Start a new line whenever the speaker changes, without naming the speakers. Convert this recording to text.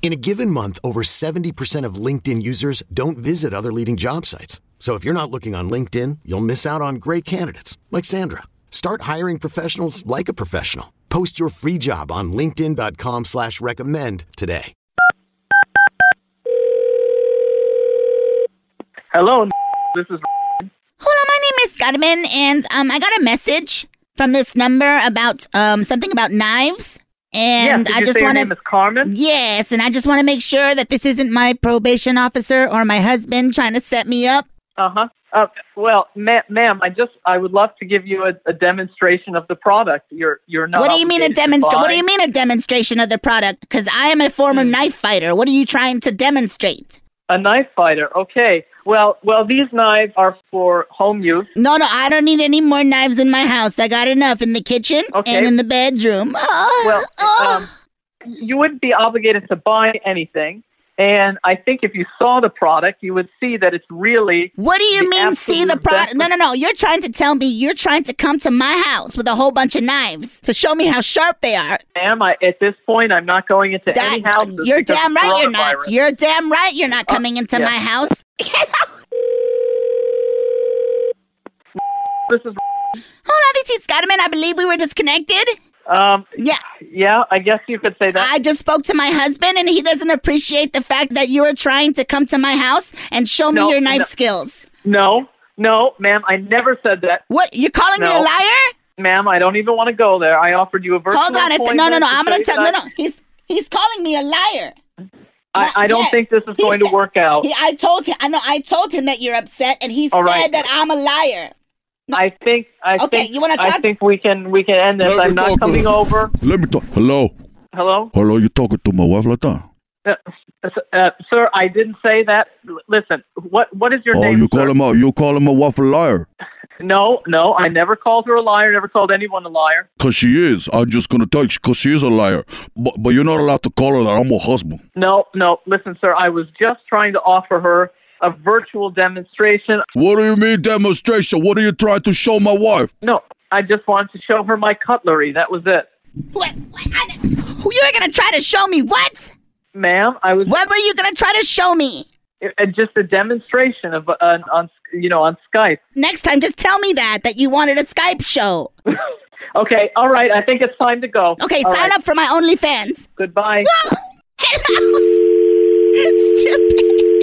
In a given month, over 70% of LinkedIn users don't visit other leading job sites. So if you're not looking on LinkedIn, you'll miss out on great candidates like Sandra. Start hiring professionals like a professional. Post your free job on linkedin.com slash recommend today.
Hello, this is
Hello, my name is Scottman, and um, I got a message from this number about um something about knives,
yes,
and
did
I
you
just
say
want
your name
to
is Carmen?
yes, and I just want to make sure that this isn't my probation officer or my husband trying to set me up.
Uh-huh. Uh Well, ma- ma'am, I just I would love to give you a, a demonstration of the product. You're you're not.
what do you mean a
obligated to
demonstration? What do
buy.
you mean a demonstration of the product? Because I am a former
Hmm.
knife fighter. What are you trying to demonstrate?
A knife fighter. Okay. Well, well, these knives are for home use.
No, no, I don't need any more knives in my house. I got enough in the kitchen
Okay.
and in the bedroom.
Well,
Oh.
um, you wouldn't be obligated to buy anything, and I think if you saw the product, you would see that it's really
What do you
The
mean see the
absolute
product?
best-
No, no, no. You're trying to tell me you're trying to come to my house with a whole bunch of knives to show me how sharp they are. uh,
ma'am. I, at this point, I'm not going into any houses.
you're
because
damn
of
right you're not.
coronavirus. Uh,
You're damn right you're not coming into
yeah.
my house.
This is.
Hold on, this is Scottman. I believe we were disconnected.
Um,
Yeah.
yeah, I guess you could say that.
I just spoke to my husband and he doesn't appreciate the fact that you are trying to come to my house and show
No,
me your knife
no.
skills.
No, no, ma'am, I never said that.
What you're calling me
No.
a liar?
Ma'am, I don't even want to go there. I offered you a virtual
Hold on, I said no no
appointment
no, I'm gonna
say
tell no
that
no. He's he's calling me a liar.
I, I don't
Yes.
think this is
He
going to
said-
work out.
He, I told him. I know. I told him that you're upset, and he
Oh. All
said
right.
that I'm a liar.
I think I
Okay,
think
you wanna
I
talk-
think we can we can end this.
Let me
I'm not
talk to
coming
her.
over.
Let me talk. Hello,
Hello,
hello. You talking to my wife like that?
uh, uh, sir. I didn't say that. L- Listen, what what is uh, your
oh,
name?
you
sir?
call him out. You call him a wife a liar?
No, no, I never called her a liar. Never called anyone a liar.
Cause she is. I'm just gonna tell you, cause she is a liar. But but you're not allowed to call her that. I'm her husband.
No, no. Listen, sir, I was just trying to offer her a virtual demonstration.
What do you mean demonstration? What are you trying to show my wife?
No, I just wanted to show her my cutlery. That was it.
What? what I, who you were gonna try to show me? What?
Ma'am, I was
What were you gonna try to show me?
it, it- just a demonstration of uh, on, on you know on Skype.
Next time, just tell me that that you wanted a Skype show.
Okay, all right. I think it's time to go.
Okay,
All
sign
right,
up for my OnlyFans.
Goodbye.
Hello. Stupid.